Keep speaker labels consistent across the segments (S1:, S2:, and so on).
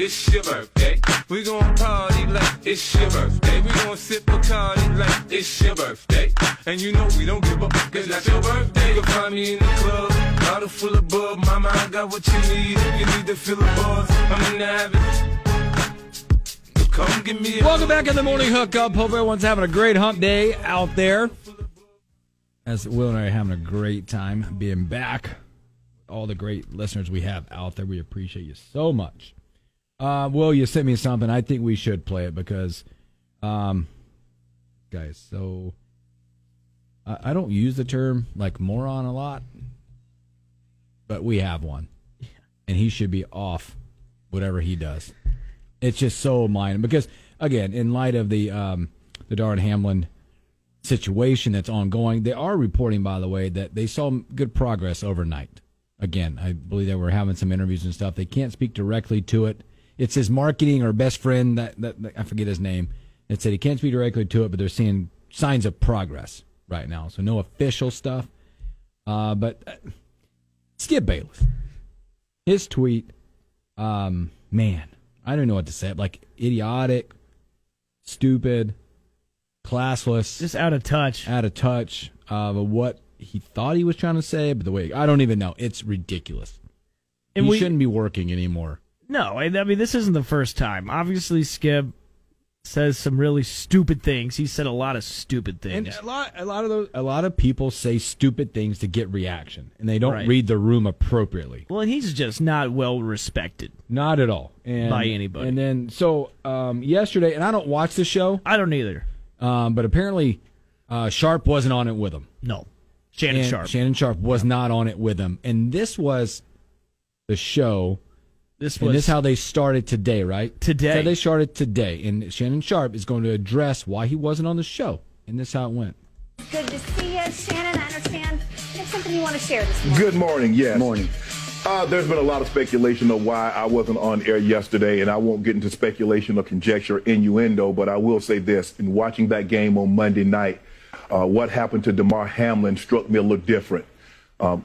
S1: It's your birthday. We gon' party like it's your birthday. We gon' sip Bacardi like it's your birthday. And you know we don't give a fuck, it's not your birthday. You can find me in the club, bottle full of bub. Mama, I got what you need. You need to fill the bars. I'm in the habit. Come give me a
S2: Welcome back in the morning hookup. Hope everyone's having a great hump day out there. As Will and I are having a great time being back. All the great listeners we have out there, we appreciate you so much. Uh, Will, you sent me something. I think we should play it because, um, guys, so I, I don't use the term like moron a lot, but we have one, and he should be off whatever he does it's just so mind because again, in light of the um, the Darren Hamlin situation that's ongoing, they are reporting, by the way, that they saw good progress overnight. Again, I believe they were having some interviews and stuff. They can't speak directly to it. It's his marketing or best friend that, that, that- I forget his name. That said he can't speak directly to it, but they're seeing signs of progress right now. So no official stuff. Uh, but uh, Skip Bayless, his tweet um, man, I don't know what to say. Like idiotic, stupid, classless,
S3: Just out of touch.
S2: out of touch of what he thought he was trying to say, but the way I don't even know. It's ridiculous.
S3: And
S2: he
S3: we
S2: shouldn't be working anymore.
S3: No, I I mean this isn't the first time. Obviously, Skip says some really stupid things. He said a lot of stupid
S2: And uh,
S3: things.
S2: a lot, a lot of those, a lot of people say stupid things to get reaction, and they don't
S3: Right.
S2: read the room appropriately.
S3: well, and he's just not well respected.
S2: Not at all. And,
S3: By anybody.
S2: And then so um, yesterday, and I don't watch the show,
S3: I don't either.
S2: um, but apparently uh, Sharp wasn't on it with him.
S3: No, Shannon
S2: And
S3: Sharp.
S2: Shannon Sharp was not on it with him. And this was the show.
S3: this
S2: and
S3: was
S2: this is how they started today, right?
S3: Today.
S2: So they started today. And Shannon Sharp is going to address why he wasn't on the show. And this is how it went.
S4: Good to see you, Shannon. I understand you have something you want to share this morning.
S5: Good morning, yes. Morning. Uh, there's been a lot of speculation of why I wasn't on air yesterday, and I won't get into speculation or conjecture, innuendo, but I will say this. In watching that game on Monday night, uh, what happened to DeMar Hamlin struck me a little different. Um,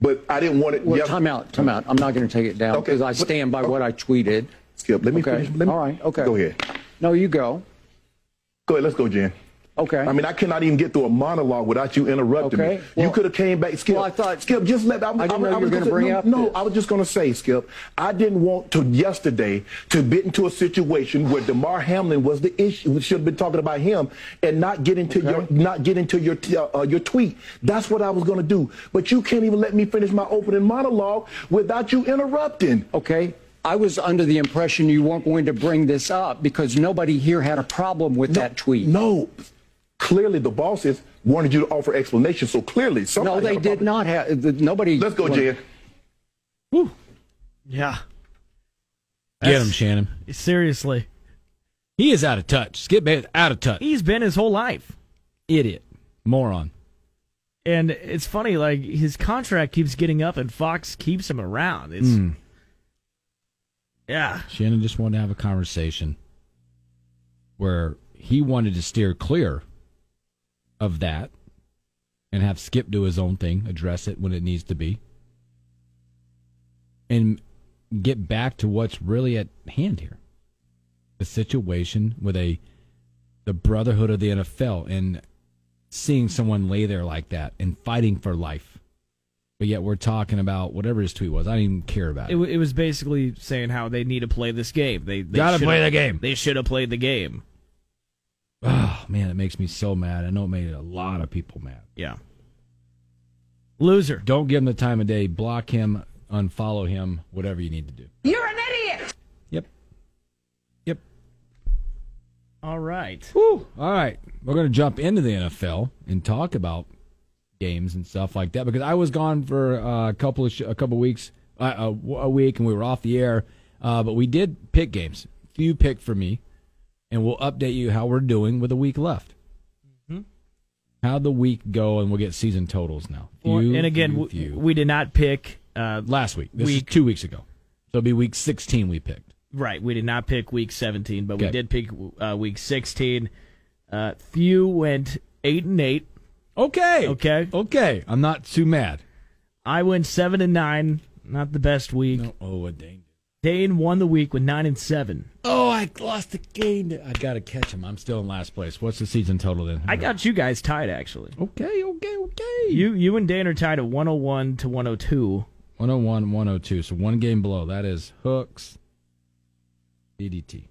S5: but I didn't want it.
S6: Well,
S5: yes-
S6: time out, time out. I'm not going to take it down
S5: Okay,
S6: because I
S5: but-
S6: stand by what I tweeted.
S5: Skip, let me
S6: Okay.
S5: finish. Let me,
S6: All right. Okay.
S5: Go ahead.
S6: No, you go.
S5: Go ahead. Let's go, Jen.
S6: Okay.
S5: I mean, I cannot even get through a monologue without you interrupting
S6: Okay,
S5: me.
S6: well-
S5: you could have came back, Skip.
S6: Well, I thought-
S5: Skip, just let. I'm,
S6: I didn't
S5: I'm-
S6: know you
S5: was
S6: were gonna
S5: gonna
S6: bring
S5: no,
S6: up
S5: No,
S6: this.
S5: I was just going to say, Skip, I didn't want to yesterday to get into a situation where Demar Hamlin was the issue. We should have been talking about him and not get into your not get into your t- uh, uh, your tweet. That's what I was going to do. But you can't even let me finish my opening monologue without you interrupting.
S6: Okay. I was under the impression you weren't going to bring this up because nobody here had a problem with that tweet.
S5: No. Clearly, the bosses wanted you to offer explanation. So clearly, somebody
S6: No, they
S5: had a
S6: did
S5: problem.
S6: not have. the- Nobody.
S5: Let's go, Jen.
S3: yeah.
S2: Get
S3: That's-
S2: him, Shannon.
S3: Seriously,
S2: He is out of touch. Skip Bayless, out of touch.
S3: he's been his whole life,
S2: Idiot. Moron.
S3: and it's funny. Like his contract keeps getting up, and Fox keeps him around. It's
S2: Hmm.
S3: yeah.
S2: Shannon just wanted to have a conversation where he wanted to steer clear of that and have Skip do his own thing, address it when it needs to be, and get back to what's really at hand here the situation with a the brotherhood of the NFL and seeing someone lay there like that and fighting for life. But yet we're talking about whatever his tweet was. I didn't even care about
S3: It,
S2: it.
S3: wa- it was basically saying how they need to play this game. They, they
S2: Gotta
S3: should've-
S2: play the game.
S3: They should have played the game.
S2: Oh man, it makes me so mad. I know it made a lot of people mad.
S3: Yeah. Loser.
S2: Don't give him the time of day. Block him, unfollow him, whatever you need to do.
S4: You're an idiot.
S2: Yep. Yep.
S3: All right.
S2: Woo. All right. We're going to jump into the NFL and talk about games and stuff like that because I was gone for uh, a couple of sh- a couple weeks uh, a, w- a week and we were off the air, uh, but we did pick games. Few pick for me, and we'll update you how we're doing with a week left.
S3: Mm-hmm.
S2: How the week go, and we'll get season totals now. Few,
S3: and again,
S2: few,
S3: w
S2: few.
S3: we did not pick. Uh,
S2: last week. This
S3: Week.
S2: is two weeks ago. So it'll be week 16 we picked.
S3: right, we did not pick week 17, but we
S2: Okay.
S3: did pick uh, week 16. Uh, few went eight and eight.
S2: Okay.
S3: Okay.
S2: Okay. I'm not too mad.
S3: I went seven and nine. Not the best week.
S2: Oh, a dang.
S3: Dane won the week with nine and seven.
S2: Oh, I lost the game. I got to catch him. I'm still in last place. What's the season total then?
S3: I got you guys tied actually.
S2: Okay, okay, okay.
S3: You you and Dane are tied at 101 to 102.
S2: 101, 102. So oh one game below. That is Hooks, DDT.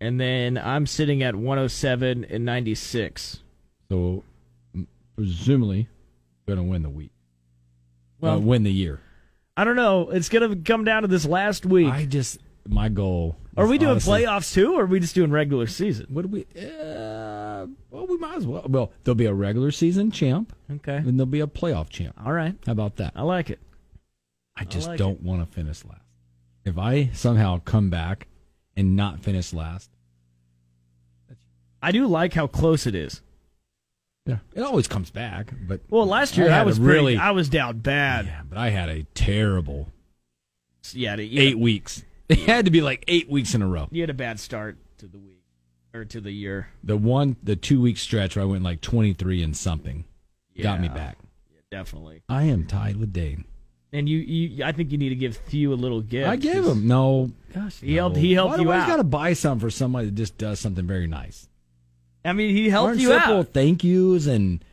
S3: And then I'm sitting at 107 and
S2: Uh,
S3: 96.
S2: So m- presumably, going to win the week.
S3: Well-
S2: uh, win the year.
S3: I don't know. It's going to come down to this last week.
S2: I just, my goal.
S3: are
S2: is
S3: we doing
S2: honestly-
S3: playoffs too, or are we just doing regular season?
S2: What do we? Uh, well, we might as well. Well, there'll be a regular season champ,
S3: Okay.
S2: and there'll be a playoff champ.
S3: All right.
S2: How about that?
S3: I like it.
S2: I just
S3: like
S2: don't want to finish last. If I somehow come back and not finish last,
S3: I do like how close it is.
S2: yeah, it always comes back. But
S3: Well, last year
S2: I
S3: I,
S2: had
S3: was
S2: a
S3: pretty-
S2: really-
S3: I was down bad.
S2: yeah, but I had a terrible
S3: Yeah, you had,
S2: eight weeks. It had to be like eight weeks in a row.
S3: you had a bad start to the week or to the year.
S2: The one, the two week stretch where I went like twenty three and something got me
S3: Yeah.
S2: back.
S3: Yeah, definitely.
S2: I am tied with Dane.
S3: And you, you, I think you need to give Thew a little gift.
S2: I gave
S3: 'cause
S2: him no. Gosh,
S3: He
S2: no.
S3: helped- he helped
S2: Why
S3: you
S2: do I
S3: out.
S2: got to buy something for somebody that just does something very nice.
S3: I mean, he helped
S2: Aren't
S3: you
S2: simple
S3: out.
S2: Thank yous and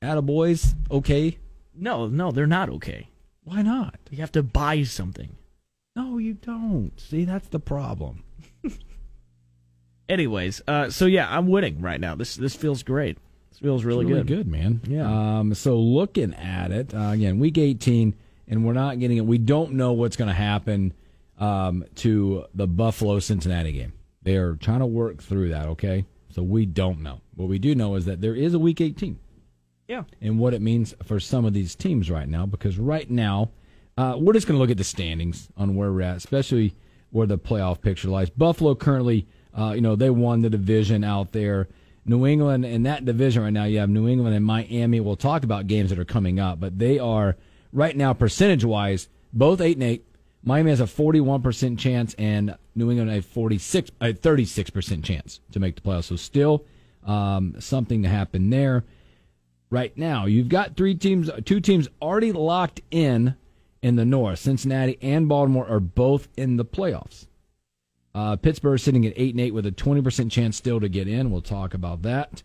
S2: attaboys. Okay,
S3: No, no, they're not okay.
S2: why not?
S3: You have to buy something.
S2: No, you don't. See, that's the problem.
S3: Anyways, uh, so yeah, I'm winning right now. This this feels great. This feels really,
S2: really good,
S3: good.
S2: man.
S3: Yeah.
S2: Um. So looking at it uh, again, week eighteen, and we're not getting it. We don't know what's going to happen um, to the Buffalo Cincinnati game. They are trying to work through that. Okay, so we don't know. What we do know is that there is a week eighteen.
S3: Yeah.
S2: and what it means for some of these teams right now. Because right now, uh, we're just going to look at the standings on where we're at, especially where the playoff picture lies. Buffalo currently, uh, you know, they won the division out there. New England in that division right now, you have New England and Miami. We'll talk about games that are coming up, but they are right now percentage wise both eight and eight. Miami has a forty-one percent chance, and New England a forty-six, a thirty-six percent chance to make the playoffs. So still um, something to happen there right now. You've got three teams, two teams already locked in in the North. Cincinnati and Baltimore are both in the playoffs. Uh, Pittsburgh sitting at eight and eight with a twenty percent chance still to get in. We'll talk about that.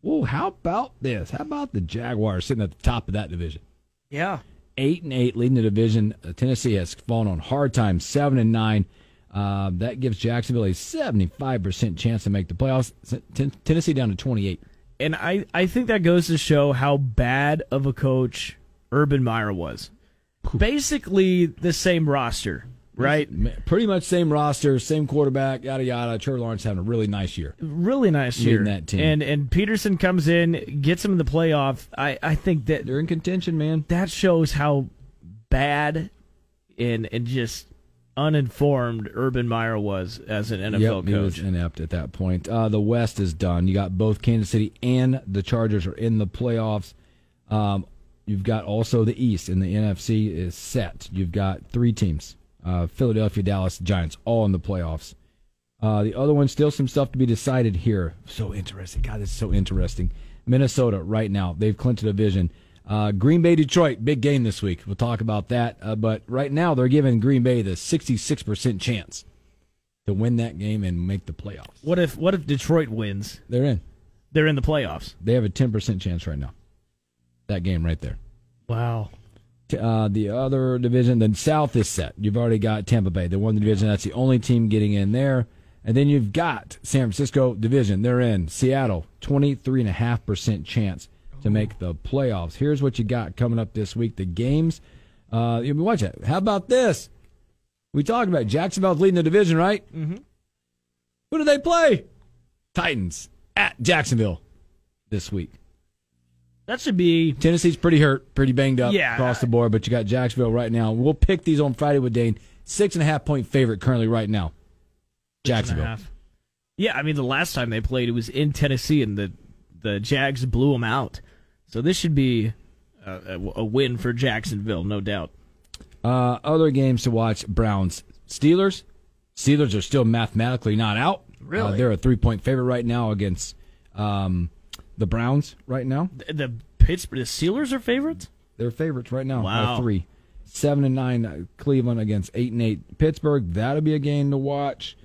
S2: Whoa, how about this? How about the Jaguars sitting at the top of that division?
S3: Yeah.
S2: eight and eight, leading the division. Uh, Tennessee has fallen on hard times, seven and nine. Uh, that gives Jacksonville a seventy-five percent chance to make the playoffs. Ten- Tennessee down to twenty-eight.
S3: And I, I think that goes to show how bad of a coach Urban Meyer was. Basically the same roster, right?
S2: Ma- Pretty much same roster, same quarterback, yada yada. Trevor Lawrence having a really nice year.
S3: Really nice year.
S2: Leading that team.
S3: And and Peterson comes in, gets him in the playoff. I, I think that
S2: They're in contention, man.
S3: that shows how bad and and just uninformed Urban Meyer was as an NFL
S2: he
S3: coach.
S2: was inept at that point. Uh, the West is done. You got both Kansas City and the Chargers are in the playoffs. Um, you've got also the East and the NFC is set. You've got three teams: uh, Philadelphia, Dallas, Giants, all in the playoffs. Uh, the other one still some stuff to be decided here. So interesting. God, this is so interesting. Minnesota right now they've clinched a division. Uh, Green Bay, Detroit, big game this week. We'll talk about that. Uh, but right now they're giving Green Bay the 66% chance to win that game and make the playoffs.
S3: What if what if Detroit wins?
S2: They're in.
S3: They're in the playoffs.
S2: They have a 10% chance right now. That game right there.
S3: Wow.
S2: T- Uh, the other division, the South is set. You've already got Tampa Bay. They won the division. That's the only team getting in there. And then you've got San Francisco division. They're in Seattle, 23.5% chance to make the playoffs. Here's what you got coming up this week the games. Uh, you watch that. How about this? We talked about Jacksonville's leading the division, right? Mm-hmm. Who do they play? Titans at Jacksonville this week.
S3: That should be
S2: Tennessee's pretty hurt, pretty banged up
S3: Yeah.
S2: across the board, but you got Jacksonville right now. We'll pick these on Friday with Dane. Six and a half point favorite currently right now. Jacksonville.
S3: half. Yeah, I mean the last time they played it was in Tennessee and the the Jags blew them out. So this should be a, a, a win for Jacksonville, no doubt.
S2: Uh, other games to watch: Browns, Steelers. Steelers are still mathematically not out.
S3: Really?
S2: Uh, they're a three-point favorite right now against um, the Browns. Right now,
S3: The, the Pittsburgh the Steelers are favorites?
S2: they're favorites right now.
S3: Wow.
S2: by three, seven and nine. uh, Cleveland against eight and eight. Pittsburgh. That'll be a game to watch.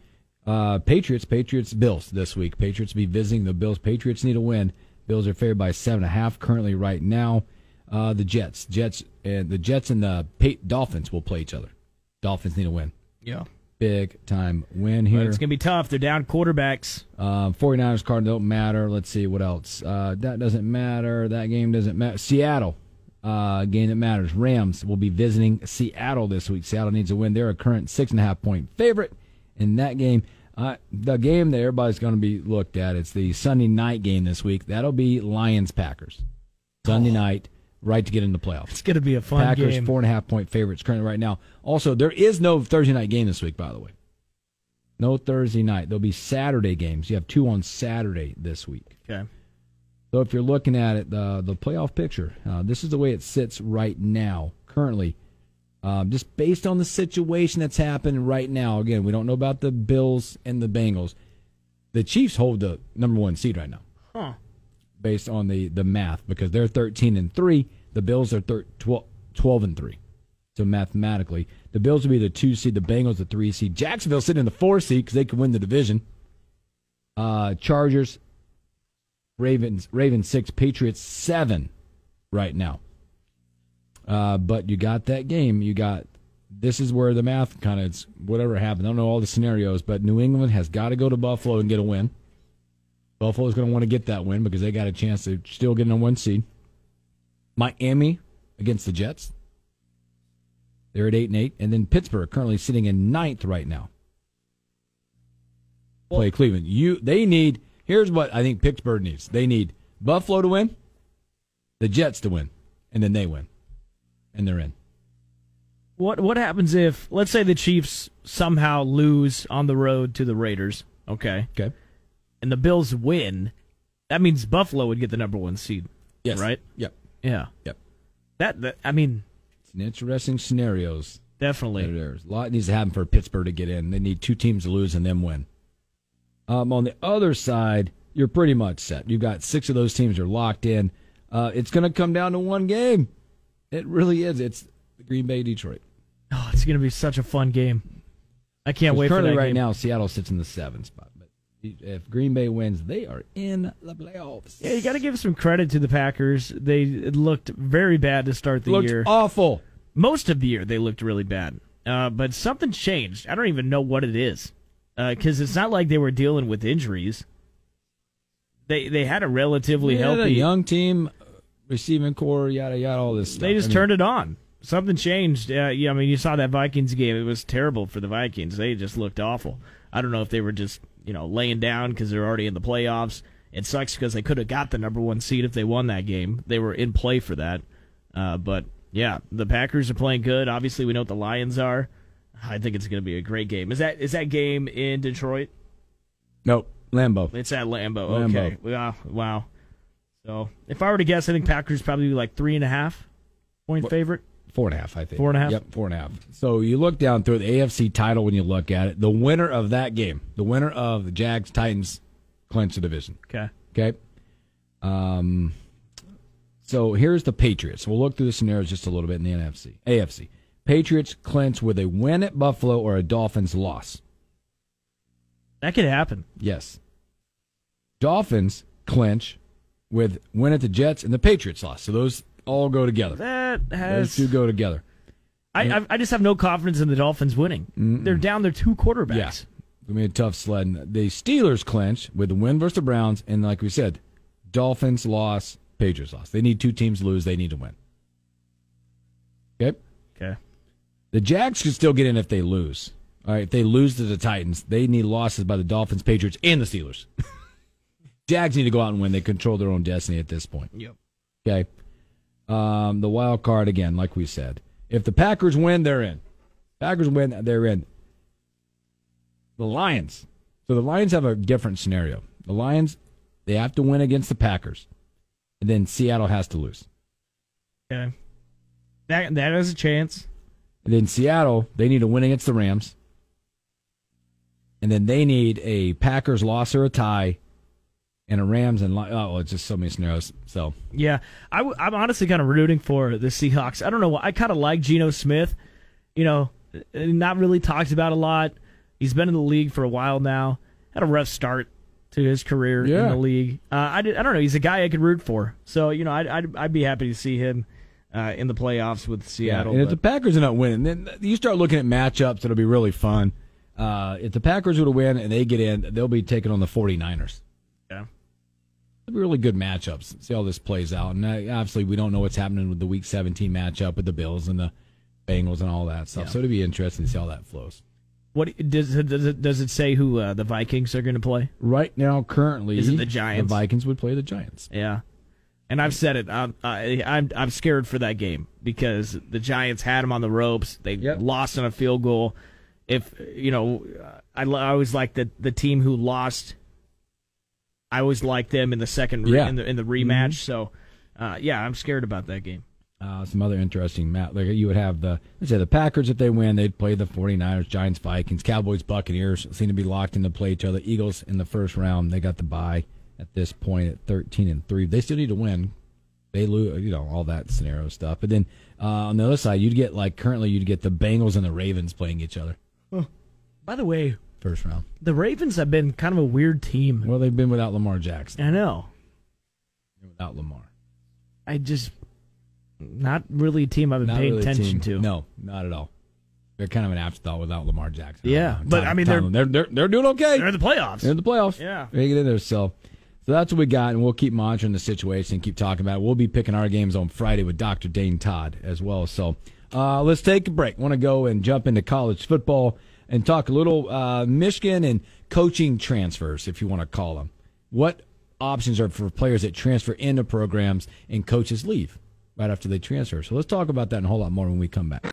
S2: Uh, Patriots, Patriots, Bills this week. Patriots be visiting the Bills. Patriots need a win. Bills are favored by seven and a half currently right now. Uh, the Jets, Jets, and the Jets and the pa- Dolphins will play each other. Dolphins need a win.
S3: Yeah.
S2: big time win
S3: But
S2: here.
S3: it's gonna be tough. They're down quarterbacks.
S2: Um, 49ers card don't matter. Let's see what else. Uh, that doesn't matter. That game doesn't matter. Seattle, uh, game that matters. Rams will be visiting Seattle this week. Seattle needs a win. They're a current six and a half point favorite in that game. Uh, the game that everybody's going to be looked at. It's the Sunday night game this week. That'll be Lions Packers. Sunday night, right to get in the playoffs.
S3: It's gonna be a fun
S2: Packers
S3: game.
S2: four and a half point favorites currently right now. Also, there is no Thursday night game this week, by the way. No Thursday night. There'll be Saturday games. You have two on Saturday this week.
S3: Okay.
S2: So if you're looking at it, the the playoff picture, uh, this is the way it sits right now, currently. Um, just based on the situation that's happening right now. Again, we don't know about the Bills and the Bengals. The Chiefs hold the number one seed right now
S3: Huh.
S2: based on the the math because they're 13 and 3 the bills are thir- 12, 12 and 3 so mathematically the bills would be the 2 seed the bengals the 3 seed jacksonville sitting in the 4 seed because they could win the division uh chargers ravens ravens 6 patriots 7 right now uh but you got that game you got this is where the math kind of it's whatever happened i don't know all the scenarios but new england has got to go to buffalo and get a win Buffalo's going to want to get that win because they got a chance to still get in a one seed. Miami against the Jets. They're at eight and eight, and then Pittsburgh currently sitting in ninth right now. Play Cleveland. You they need. Here's what I think Pittsburgh needs. They need Buffalo to win, the Jets to win, and then they win, and they're in.
S3: What what happens if let's say the Chiefs somehow lose on the road to the Raiders? Okay.
S2: Okay.
S3: And the Bills win. That means Buffalo would get the number one seed.
S2: Yes.
S3: Right?
S2: Yep.
S3: Yeah.
S2: Yep.
S3: That, that I mean,
S2: It's an interesting scenarios.
S3: definitely.
S2: There's a lot needs to happen for Pittsburgh to get in. They need two teams to lose and then win. Um, on the other side, you're pretty much set. You've got six of those teams are locked in. Uh, it's going to come down to one game. It really is. It's Green Bay, Detroit.
S3: Oh, it's gonna be such a fun game. I can't wait for
S2: currently,
S3: that
S2: right
S3: game.
S2: now, Seattle sits in the seventh spot. But if Green Bay wins, they are in the playoffs.
S3: Yeah, you got to give some credit to the Packers. They looked very bad to start the
S2: Looked
S3: year.
S2: awful.
S3: Most of the year, they looked really bad. Uh, but something changed. I don't even know what it is, because it's not like they were dealing with injuries. They they had a relatively
S2: Yeah, the
S3: healthy.
S2: young team, uh, receiving core, yada yada, all this stuff.
S3: they just
S2: I mean,
S3: turned it on. Something changed. Uh, yeah, I mean, you saw that Vikings game. It was terrible for the Vikings. They just looked awful. I don't know if they were just you know laying down because they're already in the playoffs. It sucks because they could have got the number one seed if they won that game. They were in play for that. Uh, but yeah, the Packers are playing good. Obviously, we know what the Lions are. I think it's going to be a great game. Is that is that game in Detroit?
S2: Nope. Lambeau.
S3: It's at Lambeau.
S2: Lambeau.
S3: Okay. Wow. Wow. So if I were to guess, I think Packers probably like three and a half point
S2: What-
S3: favorite.
S2: Four and a half, I think.
S3: Four and a half?
S2: Yep, four and a half. So you look down through the AFC title when you look at it. The winner of that game, the winner of the Jags Titans, clinch the division.
S3: Okay.
S2: Okay. Um. So here's the Patriots. We'll look through the scenarios just a little bit in the NFC, AFC. Patriots clinch with a win at Buffalo or a Dolphins loss.
S3: That could happen.
S2: Yes. Dolphins clinch with win at the Jets and the Patriots loss. So those all go together.
S3: That
S2: Those
S3: has.
S2: two go together.
S3: I, I I just have no confidence in the Dolphins winning. They're down their two quarterbacks.
S2: Yeah. It's gonna be a tough sled. And The Steelers clinch with the win versus the Browns, and like we said, Dolphins loss, Patriots loss. They need two teams to lose. They need to win. Okay.
S3: Okay.
S2: The Jags could still get in if they lose. All right, if they lose to the Titans, they need losses by the Dolphins, Patriots, and the Steelers. Jags need to go out and win. They control their own destiny at this point.
S3: Yep.
S2: Okay. Um, the wild card again, like we said. If the Packers win, they're in. Packers win, they're in. The Lions. So the Lions have a different scenario. The Lions, they have to win against the Packers, and then Seattle has to lose.
S3: Okay. That that is a chance.
S2: And then Seattle, they need a win against the Rams. And then they need a Packers loss or a tie, and a Rams and Li- oh, it's just so many scenarios. So
S3: Yeah, I w- I'm honestly kind of rooting for the Seahawks. I don't know. why. I kind of like Geno Smith. You know, uh, not really talked about a lot. He's been in the league for a while now. Had a rough start to his career in
S2: Yeah.
S3: the league. Uh, I, did, I don't know. He's a guy I could root for. So you know, I'd I'd, I'd be happy to see him uh, in the playoffs with Seattle.
S2: and if
S3: but-
S2: the Packers are not winning, then you start looking at matchups that'll be really fun. Uh, if the Packers were to win and they get in, they'll be taking on the 49ers.
S3: yeah.
S2: It'll be really good matchups. See how this plays out. And uh, obviously, we don't know what's happening with the Week 17 matchup with the Bills and the Bengals and all that stuff. So it'll be interesting to see how that flows.
S3: What does does it, does it say who uh, the Vikings are going to play?
S2: Right now, currently,
S3: Is it the Giants?
S2: The Vikings would play the Giants.
S3: Yeah, and I've said it. I'm I, I'm I'm scared for that game because the Giants had him on the ropes. They
S2: Yep.
S3: lost on a field goal. If you know, I, lo- I always like the the team who lost. I always like them in the second re-
S2: Yeah. Mm-hmm.
S3: in the in the rematch. So, uh, yeah, I'm scared about that game.
S2: Uh, some other interesting map. Like you would have the let's say the Packers if they win, they'd play the 49ers, Giants, Vikings, Cowboys, Buccaneers seem to be locked in to play each other. Eagles in the first round, they got the bye at this point at 13 and 3. They still need to win. They lose, you know, all that scenario stuff. But then uh, on the other side, you'd get like currently you'd get the Bengals and the Ravens playing each other
S3: By the way,
S2: first round.
S3: the Ravens have been kind of a weird team.
S2: Well, they've been without Lamar Jackson,
S3: I know.
S2: without Lamar.
S3: I just not really a team I've been
S2: Not
S3: paying
S2: really a
S3: attention
S2: team.
S3: to.
S2: No, not at all. They're kind of an afterthought without Lamar Jackson.
S3: Yeah, but I mean, they're-
S2: they're they're they're doing okay.
S3: they're in the playoffs.
S2: They're in the playoffs.
S3: Yeah.
S2: They get in there. So, so that's what we got, and we'll keep monitoring the situation and keep talking about it. We'll be picking our games on Friday with Dr. Dane Todd as well. So uh, let's take a break. want to go and jump into college football and talk a little uh, Michigan and coaching transfers, if you want to call them. What options are for players that transfer into programs and coaches leave right after they transfer? So let's talk about that and a whole lot more when we come back.